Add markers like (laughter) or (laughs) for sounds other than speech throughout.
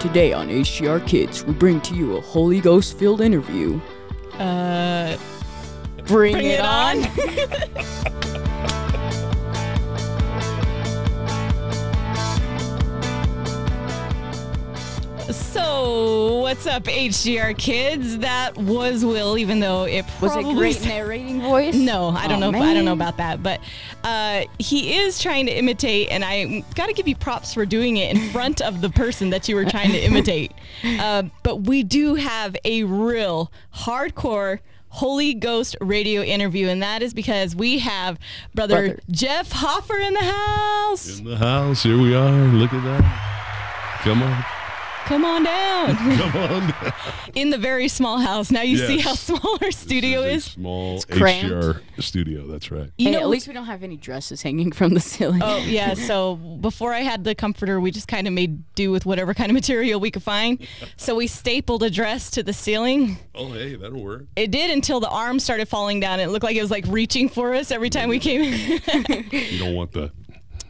Today on HGR Kids, we bring to you a Holy Ghost filled interview. Uh, bring, it, on. so, what's up, HGR kids? That was Will, even though it Was probably it great narrating voice? No, I don't Aw, know. If, I don't know man. about that, but uh, he is trying to imitate, and I got to give you props for doing it in front of the person that you were trying to imitate. Uh, but we do have a real hardcore. Holy Ghost radio interview, and that is because we have brother, Brother. Jeff Hoffer in the house. In the house, here we are. Look at that. Come on, (laughs) Come on down come on. down. in the very small house. Now you see Yes. how small our studio This a is. small cramped. HDR studio. That's right. You hey, at least we don't have any dresses hanging from the ceiling. Oh yeah. So before I had the comforter, we just kind of made do with whatever kind of material we could find. So we stapled a dress to the ceiling. Oh, hey, that'll work. It did until the arm started falling down. It looked like it was like reaching for us every time we came. in. (laughs) You don't want that.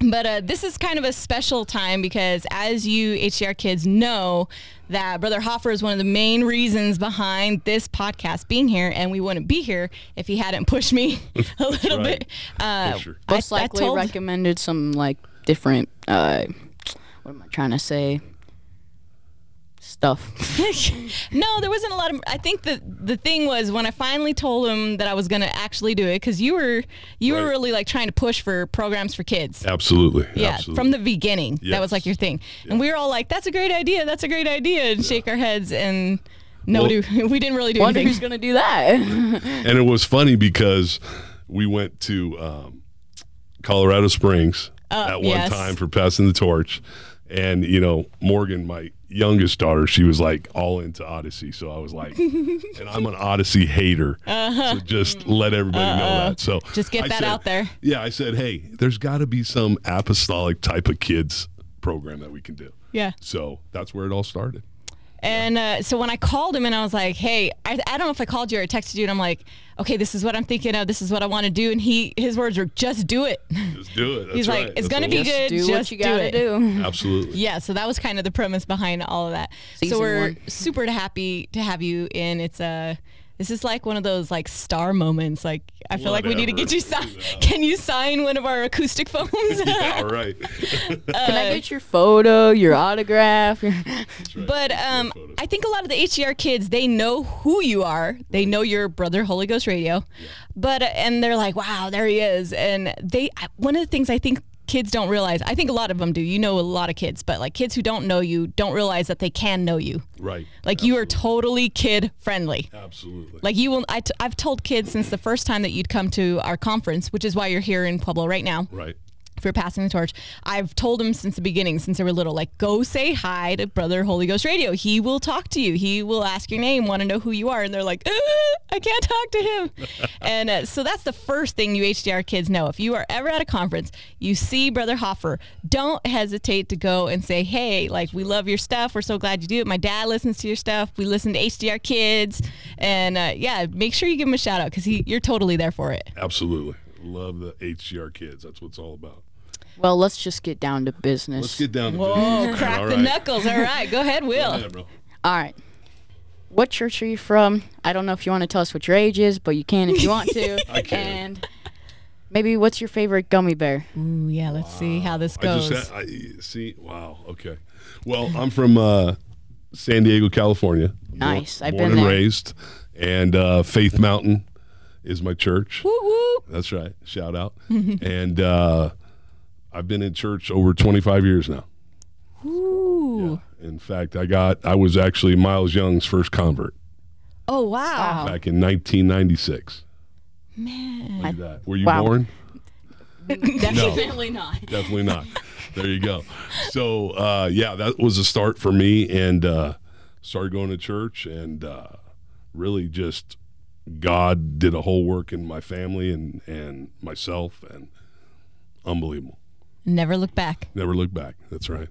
but uh, this is kind of a special time because, as you HDR kids know, that Brother Hoffer is one of the main reasons behind this podcast being here, and we wouldn't be here if he hadn't pushed me (laughs) a little right. bit. Uh, Sure. (laughs) I- Most I likely told- recommended some like different, uh, what am I trying to say? Stuff. (laughs) (laughs) no, there wasn't a lot of. I think the the thing was when I finally told him that I was gonna actually do it because you were you were Right. really like trying to push for programs for kids. Absolutely. Yeah, Absolutely. from the beginning, that was Yes. like your thing, and we were all like, "That's a great idea. That's a great idea," and shake our heads and. No, Well- do (laughs) we didn't really do Wonder who's anything. gonna do that. and it was funny because we went to um, Colorado Springs at one Oh, yes. time for passing the torch, and you know Morgan, my youngest daughter, she was like all into Odyssey, so I (laughs) was like, and I'm an Odyssey hater, so just let everybody know that. So Uh-huh. Just get I that said- out there. Yeah, I said, hey, there's got to be some apostolic type of kids program that we can do. Yeah. So that's where it all started. And uh, so when I called him and I was like, "Hey, I, I don't know if I called you or texted you," and I'm like, "Okay, this is what I'm thinking of. This is what I want to do." And he his words were, "Just do it." (laughs) Just do it. He's That's like, right. "It's That's gonna what be we- (laughs) good. do just what you gotta do." It. do. (laughs) Absolutely. Yeah, so that was kind of the premise behind all of that. Season so we're one. super happy to have you in. It's a this is like one of those like star moments. Like I feel like we need to get you Whatever. signed. Can you sign one of our acoustic phones? (laughs) (laughs) yeah, all right. Can Uh, I get your photo, your autograph? (laughs) Your... But um, I think a lot of the HDR kids they know who you are. They know your brother Holy Ghost Radio, but uh, and they're like, wow, there he is. And they I- one of the things I think kids don't realize. I think a lot of them do. You know, a lot of kids, but like kids who don't know you don't realize that they can know you. Right. Like you are totally kid friendly. Absolutely. Like you will, I t- I've told kids since the first time that you'd come to our conference, which is why you're here in Pueblo right now right. for passing the torch. I've told them since the beginning, since they were little, like go say hi to Brother Holy Ghost Radio. He will talk to you. He will ask your name, want to know who you are, and they're like, "Uh, I can't talk to him. (laughs) and uh, so that's the first thing you HDR kids know. If you are ever at a conference, you see Brother Hoffer, don't hesitate to go and say, hey, like we love your stuff. We're so glad you do it. My dad listens to your stuff. We listen to HDR kids, and uh, yeah, make sure you give him a shout out because he you're totally there for it. Absolutely. Love the HGR kids. That's what it's all about. Well, let's just get down to business. Let's get down to Whoa, (laughs) business. crack Oh, All the right. knuckles. All right, go (laughs) ahead, Will. Yeah, bro. All right. What church are you from? I don't know if you want to tell us what your age is, but you can if you want to. (laughs) I can. And maybe what's your favorite gummy bear? Ooh, yeah, let's see how this I goes. just I, see. Wow. Okay. Well, I'm from uh, San Diego, California. Born- Nice. I've born been and there. raised, and uh, Faith Mountain is my church. Woo, woo. That's right. (laughs) Shout out. and uh, I've been in church over 25 years now. Ooh. In fact, I got I was actually Miles Young's first convert Oh, wow. back in 1996. Man. Look at that. Were you Wow. born? Definitely not. definitely not. there you go. So uh, yeah, that was a start for me, and uh, started going to church, and uh, really just God did a whole work in my family and and myself, and unbelievable. Never look back. Never look back. That's right.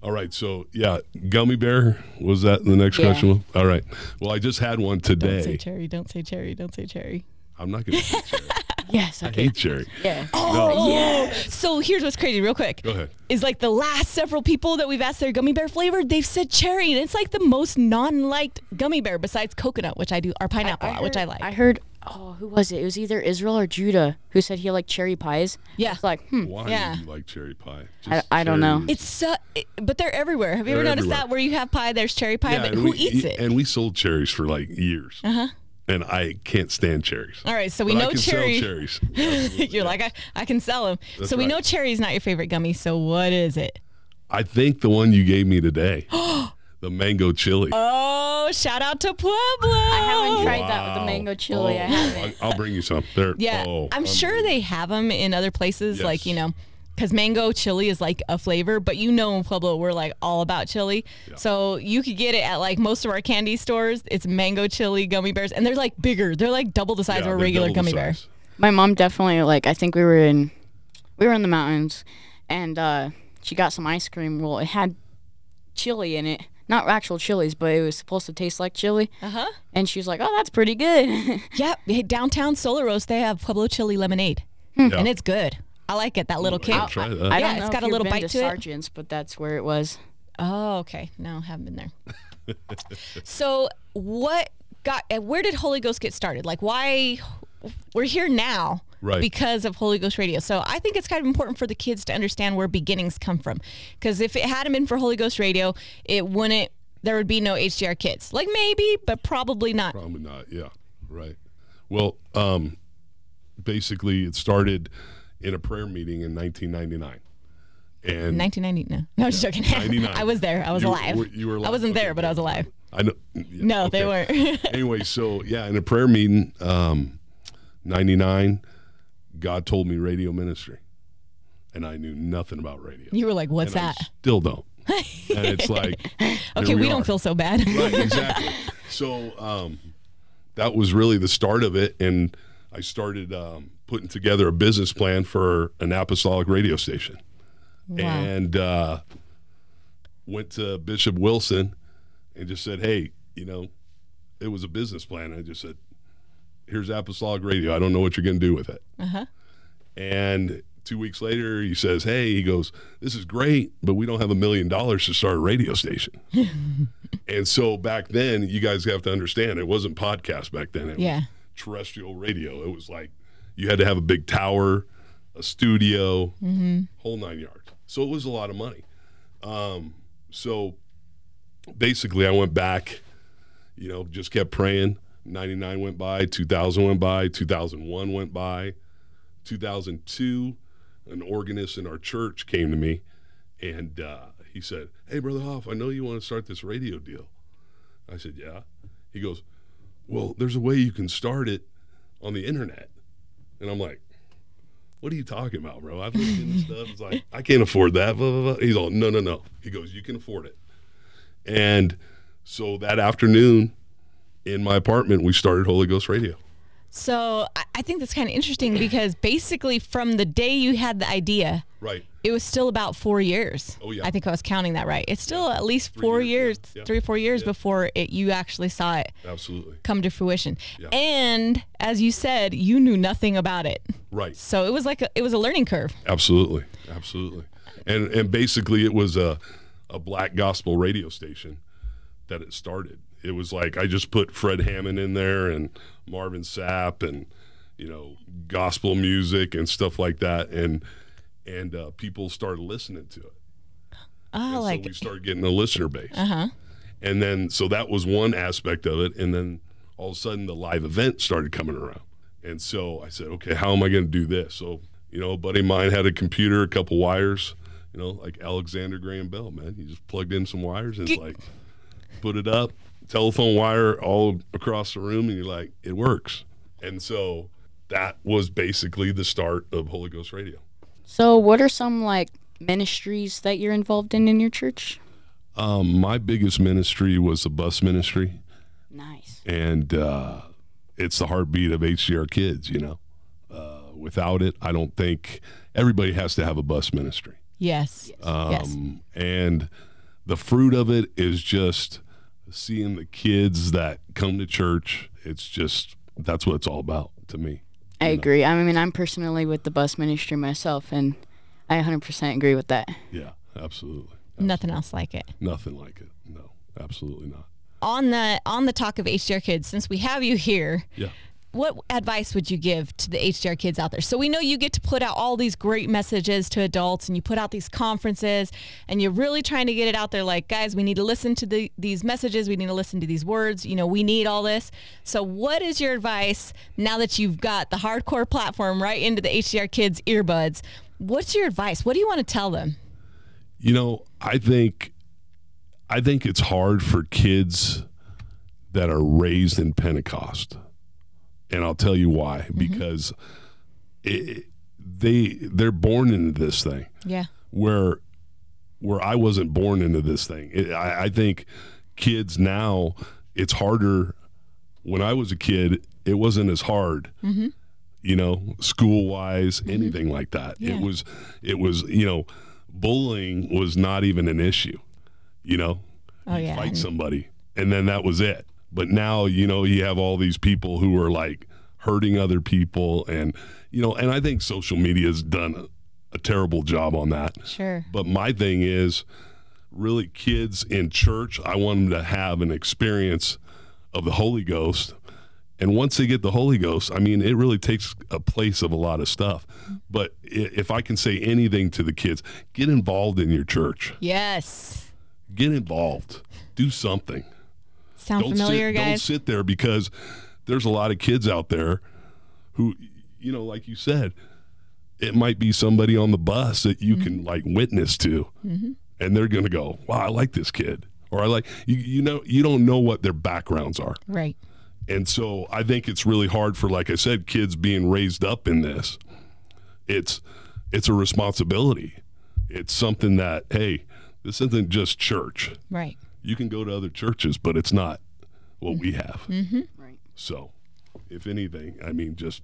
All right, so yeah, gummy bear was that the next Yeah. question? All right. Well, I just had one Don't say today. cherry. Don't say cherry. Don't say cherry. I'm not gonna. say cherry. Yes. I Okay. hate Cherry. Yeah. Oh, so here's what's crazy, real quick. Go ahead. Is like the last several people that we've asked their gummy bear flavored, they've said cherry, and it's like the most non-liked gummy bear besides coconut, which I do, or pineapple, which I heard- like. I heard. Oh, who was it? It was either Israel or Judah who said he liked cherry pies. Yeah. It's like, hmm. Why Yeah. do you like cherry pie? I don't know. cherries. it's so, it, but they're everywhere. Have you They're ever noticed everywhere. that where you have pie, there's cherry pie, but and who we- eats it? And we sold cherries for like years. Uh-huh. And I can't stand cherries. All right, so we But know I can cherry. sell cherries. (laughs) Absolutely. You're like I, I can sell them. That's so we right. know cherry's not your favorite gummy. So what is it? I think the one you gave me today, the mango chili. Oh, shout out to Pueblo. I haven't tried that with the mango chili. I haven't. I Oh, I'll bring you some. There. Yeah, Oh, I'm sure they have them in other places, like Yes. you know, because mango chili is like a flavor, but you know in Pueblo we're like all about chili, so you could get it at like most of our candy stores. It's mango chili gummy bears, and they're like bigger. They're like double the size Yeah, of a they're regular double gummy the bear. size. My mom definitely like. I think we were in, we were in the mountains, and uh, she got some ice cream. Well, it had chili in it. Not actual chilies, but it was supposed to taste like chili. Uh huh. And she was like, "Oh, that's pretty good." (laughs) Yeah, hey, downtown Solar Roast they have Pueblo chili lemonade, Yeah. and it's good. I like it. That little I'll kick. try that. I Yeah, don't know it's if got a you've little been bite to to it. Sargent's, but that's where it was. Oh, okay. No, haven't been there. so, what got? uh, Where did Holy Ghost get started? Like, why we're here now? Right. Because of Holy Ghost Radio. So I think it's kind of important for the kids to understand where beginnings come from. Because if it hadn't been for Holy Ghost Radio, it wouldn't. There would be no HDR kids. Like maybe, but probably not. Probably not. Yeah. Right. Well, um, basically, it started in a prayer meeting in 1999. And 1990. No, no, I'm just joking. (laughs) 99. I was there. I was You- alive. were- you were I alive. wasn't there, Okay, but I was yeah. alive. I know. yeah, No, they okay. weren't. (laughs) anyway, so yeah, in a prayer meeting, um, 99, God told me radio ministry. And I knew nothing about radio. you were like, "What's And I that?" still don't. And (laughs) it's like, Okay, here we, we don't are. feel so bad. (laughs) right, exactly. So um, that was really the start of it, and I started um, putting together a business plan for an apostolic radio station, and uh, went to Bishop Wilson and just said, "Hey, you know, it was a business plan." I just said, "Here's apostolic radio. I don't know what you're going to do with it." And two weeks later, he says, Hey, he goes, This is great, but we don't have a million dollars to start a radio station. and so back then, you guys have to understand, it wasn't podcast back then. It Yeah. was terrestrial radio. It was like you had to have a big tower, a studio, Mm-hmm. whole nine yards. So it was a lot of money. Um, so basically, I went back, you know, just kept praying. 99 went by, 2000 went by, 2001 went by. 2002, an organist in our church came to me and uh, he said, Hey, Brother Hoff, I know you want to start this radio deal. I said, Yeah. He goes, Well, there's a way you can start it on the internet. And I'm like, What are you talking about, bro? I've looked into stuff. It's like, I can't afford that. Blah, blah, blah. He's all, No, no, no. He goes, You can afford it. And so that afternoon in my apartment, we started Holy Ghost Radio. So I- I think that's kind of interesting because basically from the day you had the idea, Right. it was still about four years. Oh, yeah. I think I was counting that right. It's still at least four years, years, yeah, yeah. three or four years before it you actually saw it Absolutely. come to fruition. And as you said, you knew nothing about it, Right. so it was like a, it was a learning curve. Absolutely, absolutely, and and basically it was a a black gospel radio station that it started. It was like I just put Fred Hammond in there and Marvin Sapp and you know gospel music and stuff like that, and and uh, people started listening to it. Oh, And like uh-huh. so we started getting a listener base. And then so that was one aspect of it. And then all of a sudden the live event started coming around. And so I said, okay, how am I going to do this? So, you know, a buddy of mine had a computer, a couple wires, you know, like Alexander Graham Bell, man. He just plugged in some wires and it's like, put it up, telephone wire all across the room, and you're like, it works. And so that was basically the start of Holy Ghost Radio. So, what are some like ministries that you're involved in in your church? Um, my biggest ministry was the bus ministry. Nice. and uh, it's the heartbeat of HDR kids. You know, uh, without it, I don't think everybody has to have a bus ministry. yes, Um, yes, And the fruit of it is just seeing the kids that come to church. It's just that's what it's all about to me. I agree. I mean, I'm personally with the bus ministry myself, and I 100% agree with that. Yeah, absolutely. Nothing else like it. Nothing like it. No, absolutely not. On the on the talk of HDR kids, since we have you here, Yeah. what advice would you give to the HDR kids out there? So we know you get to put out all these great messages to adults and you put out these conferences and you're really trying to get it out there like, guys, we need to listen to the, these messages. We need to listen to these words. You know, we need all this. So what is your advice now that you've got the hardcore platform right into the HDR kids earbuds? What's your advice? What do you want to tell them? You know, I think I think it's hard for kids that are raised in Pentecost. And I'll tell you why because it, they they're born into this thing. Yeah. where where I wasn't born into this thing. It, I, I think kids now it's harder. When I was a kid, it wasn't as hard. Mm-hmm. You know, school wise, anything like that. Yeah. It was it was you know, bullying was not even an issue. You know, Oh, You'd yeah. fight somebody, and then that was it. But now you know you have all these people who are like hurting other people, and you know, and I think social media's done a, a terrible job on that. Sure. But my thing is really kids in church, I want them to have an experience of the Holy Ghost. And once they get the Holy Ghost, I mean, it really takes a place of a lot of stuff. But i- if I can say anything to the kids, get involved in your church, Yes. get involved, do something. Sound familiar, sit, Don't guys? sit there because there's a lot of kids out there who, you know, like you said, it might be somebody on the bus that you Mm-hmm. can like witness to, and they're gonna go, "Wow, I like this kid," or "I like you." You know, you don't know what their backgrounds are, right. and so I think it's really hard for, like I said, kids being raised up in this. It's it's a responsibility. It's something that hey, this isn't just church Right. you can go to other churches, but it's not what we have. Right. So, if anything, I mean, just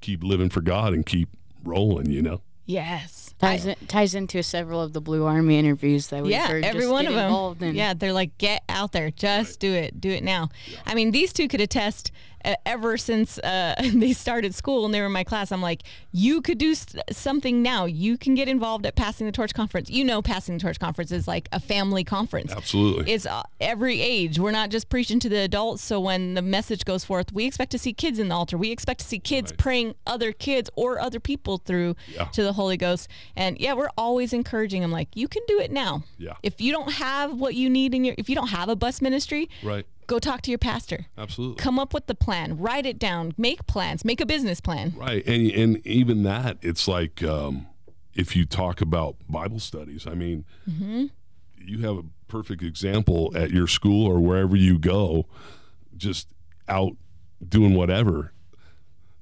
keep living for God and keep rolling. You know, Yes. Ties, in, ties into several of the Blue Army interviews that we yeah, heard. every just one get of them. involved in. Yeah, they're like, get out there, just do it, do it now. I mean, these two could attest. Uh, ever since uh, (laughs) they started school and they were in my class, I'm like, you could do s- something now. You can get involved at Passing the Torch conference. You know, Passing the Torch conference is like a family conference. absolutely. It's uh, every age. We're not just preaching to the adults. So when the message goes forth, we expect to see kids in the altar. We expect to see kids praying other kids or other people through Yeah. to the Holy Ghost. And yeah, we're always encouraging them, like, you can do it now. Yeah. If you don't have what you need in your, if you don't have a bus ministry, right, go talk to your pastor. absolutely. Come up with the plan. Write it down. Make plans. Make a business plan. Right, and and even that, it's like um, if you talk about Bible studies. I mean, Mm-hmm. you have a perfect example at your school or wherever you go, just out doing whatever.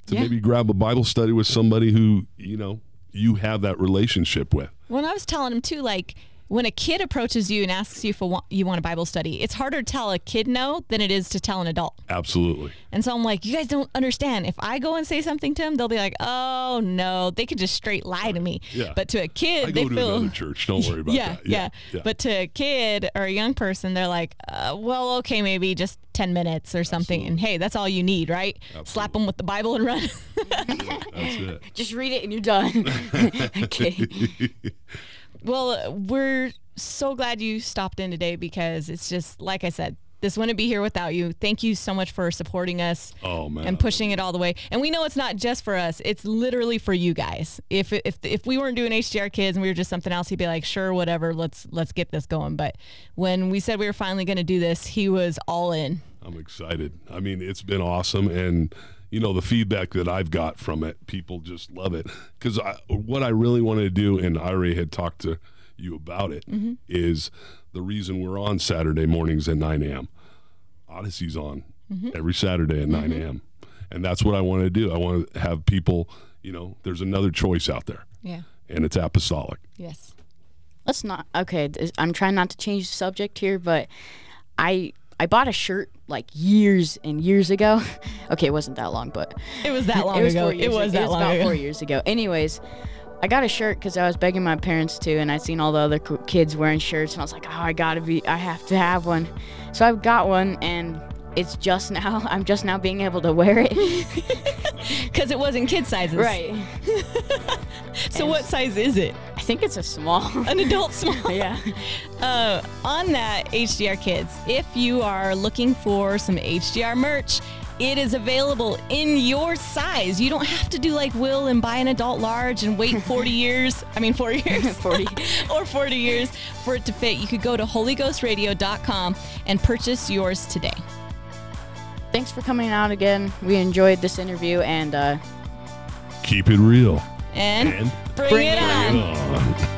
To Yeah. maybe grab a Bible study with somebody who you know you have that relationship with. When I was telling him too, like when a kid approaches you and asks you if a wa- you want a Bible study, it's harder to tell a kid no than it is to tell an adult. Absolutely. And so I'm like, you guys don't understand. If I go and say something to them, they'll be like, oh no, they can just straight lie to me. Yeah. But to a kid, I they go to feel. another church. Don't worry (laughs) about yeah, that. yeah, But to a kid or a young person, they're like, uh, well, okay, maybe just 10 minutes or something. And hey, that's all you need, right? Slap them with the Bible and run. (laughs) that's it. Just read it and you're done. (laughs) okay. (laughs) Well, uh, we're so glad you stopped in today because it's just like I said, this wouldn't be here without you. Thank you so much for supporting us. Oh man. And pushing it all the way, and we know it's not just for us; it's literally for you guys. If if if we weren't doing HDR kids and we were just something else, he'd be like, "Sure, whatever, let's let's get this going." But when we said we were finally going to do this, he was all in. I'm excited. I mean, it's been awesome, and you know the feedback that I've got from it, people just love it. Because I, what I really wanted to do, and I already had talked to you about it, is Mm-hmm. the reason we're on Saturday mornings at 9 a.m. Odyssey's on Mm-hmm. every Saturday at 9 a.m. And that's what I want to do. I want to have people, you know, there's another choice out there, Yeah. and it's apostolic. Yes. Let's not. Okay, th- I'm trying not to change the subject here, but I I bought a shirt like years and years ago. (laughs) Okay, it wasn't that long, but It was that long it was ago. four years. it was that long about ago. four years ago. Anyways, I got a shirt because I was begging my parents to, and I seen all the other co- kids wearing shirts, and I was like, oh, I gotta be, I have to have one. So I've (laughs) (laughs) got one, and it's just now. I'm just now being able to wear it. because it wasn't kid sizes. Right. So what size is it? I think it's a (laughs) small. (laughs) An adult small. yeah. Uh, on that, HDR kids, if you are looking for some HDR merch, it is available in your size. You don't have to do like Will and buy an adult large and wait 40 years. I mean, four years. 40. (laughs) or 40 years for it to fit. You could go to holyghostradio.com and purchase yours today. Thanks for coming out again. We enjoyed this interview and uh, Keep it real. And, And bring, it on. Bring it on.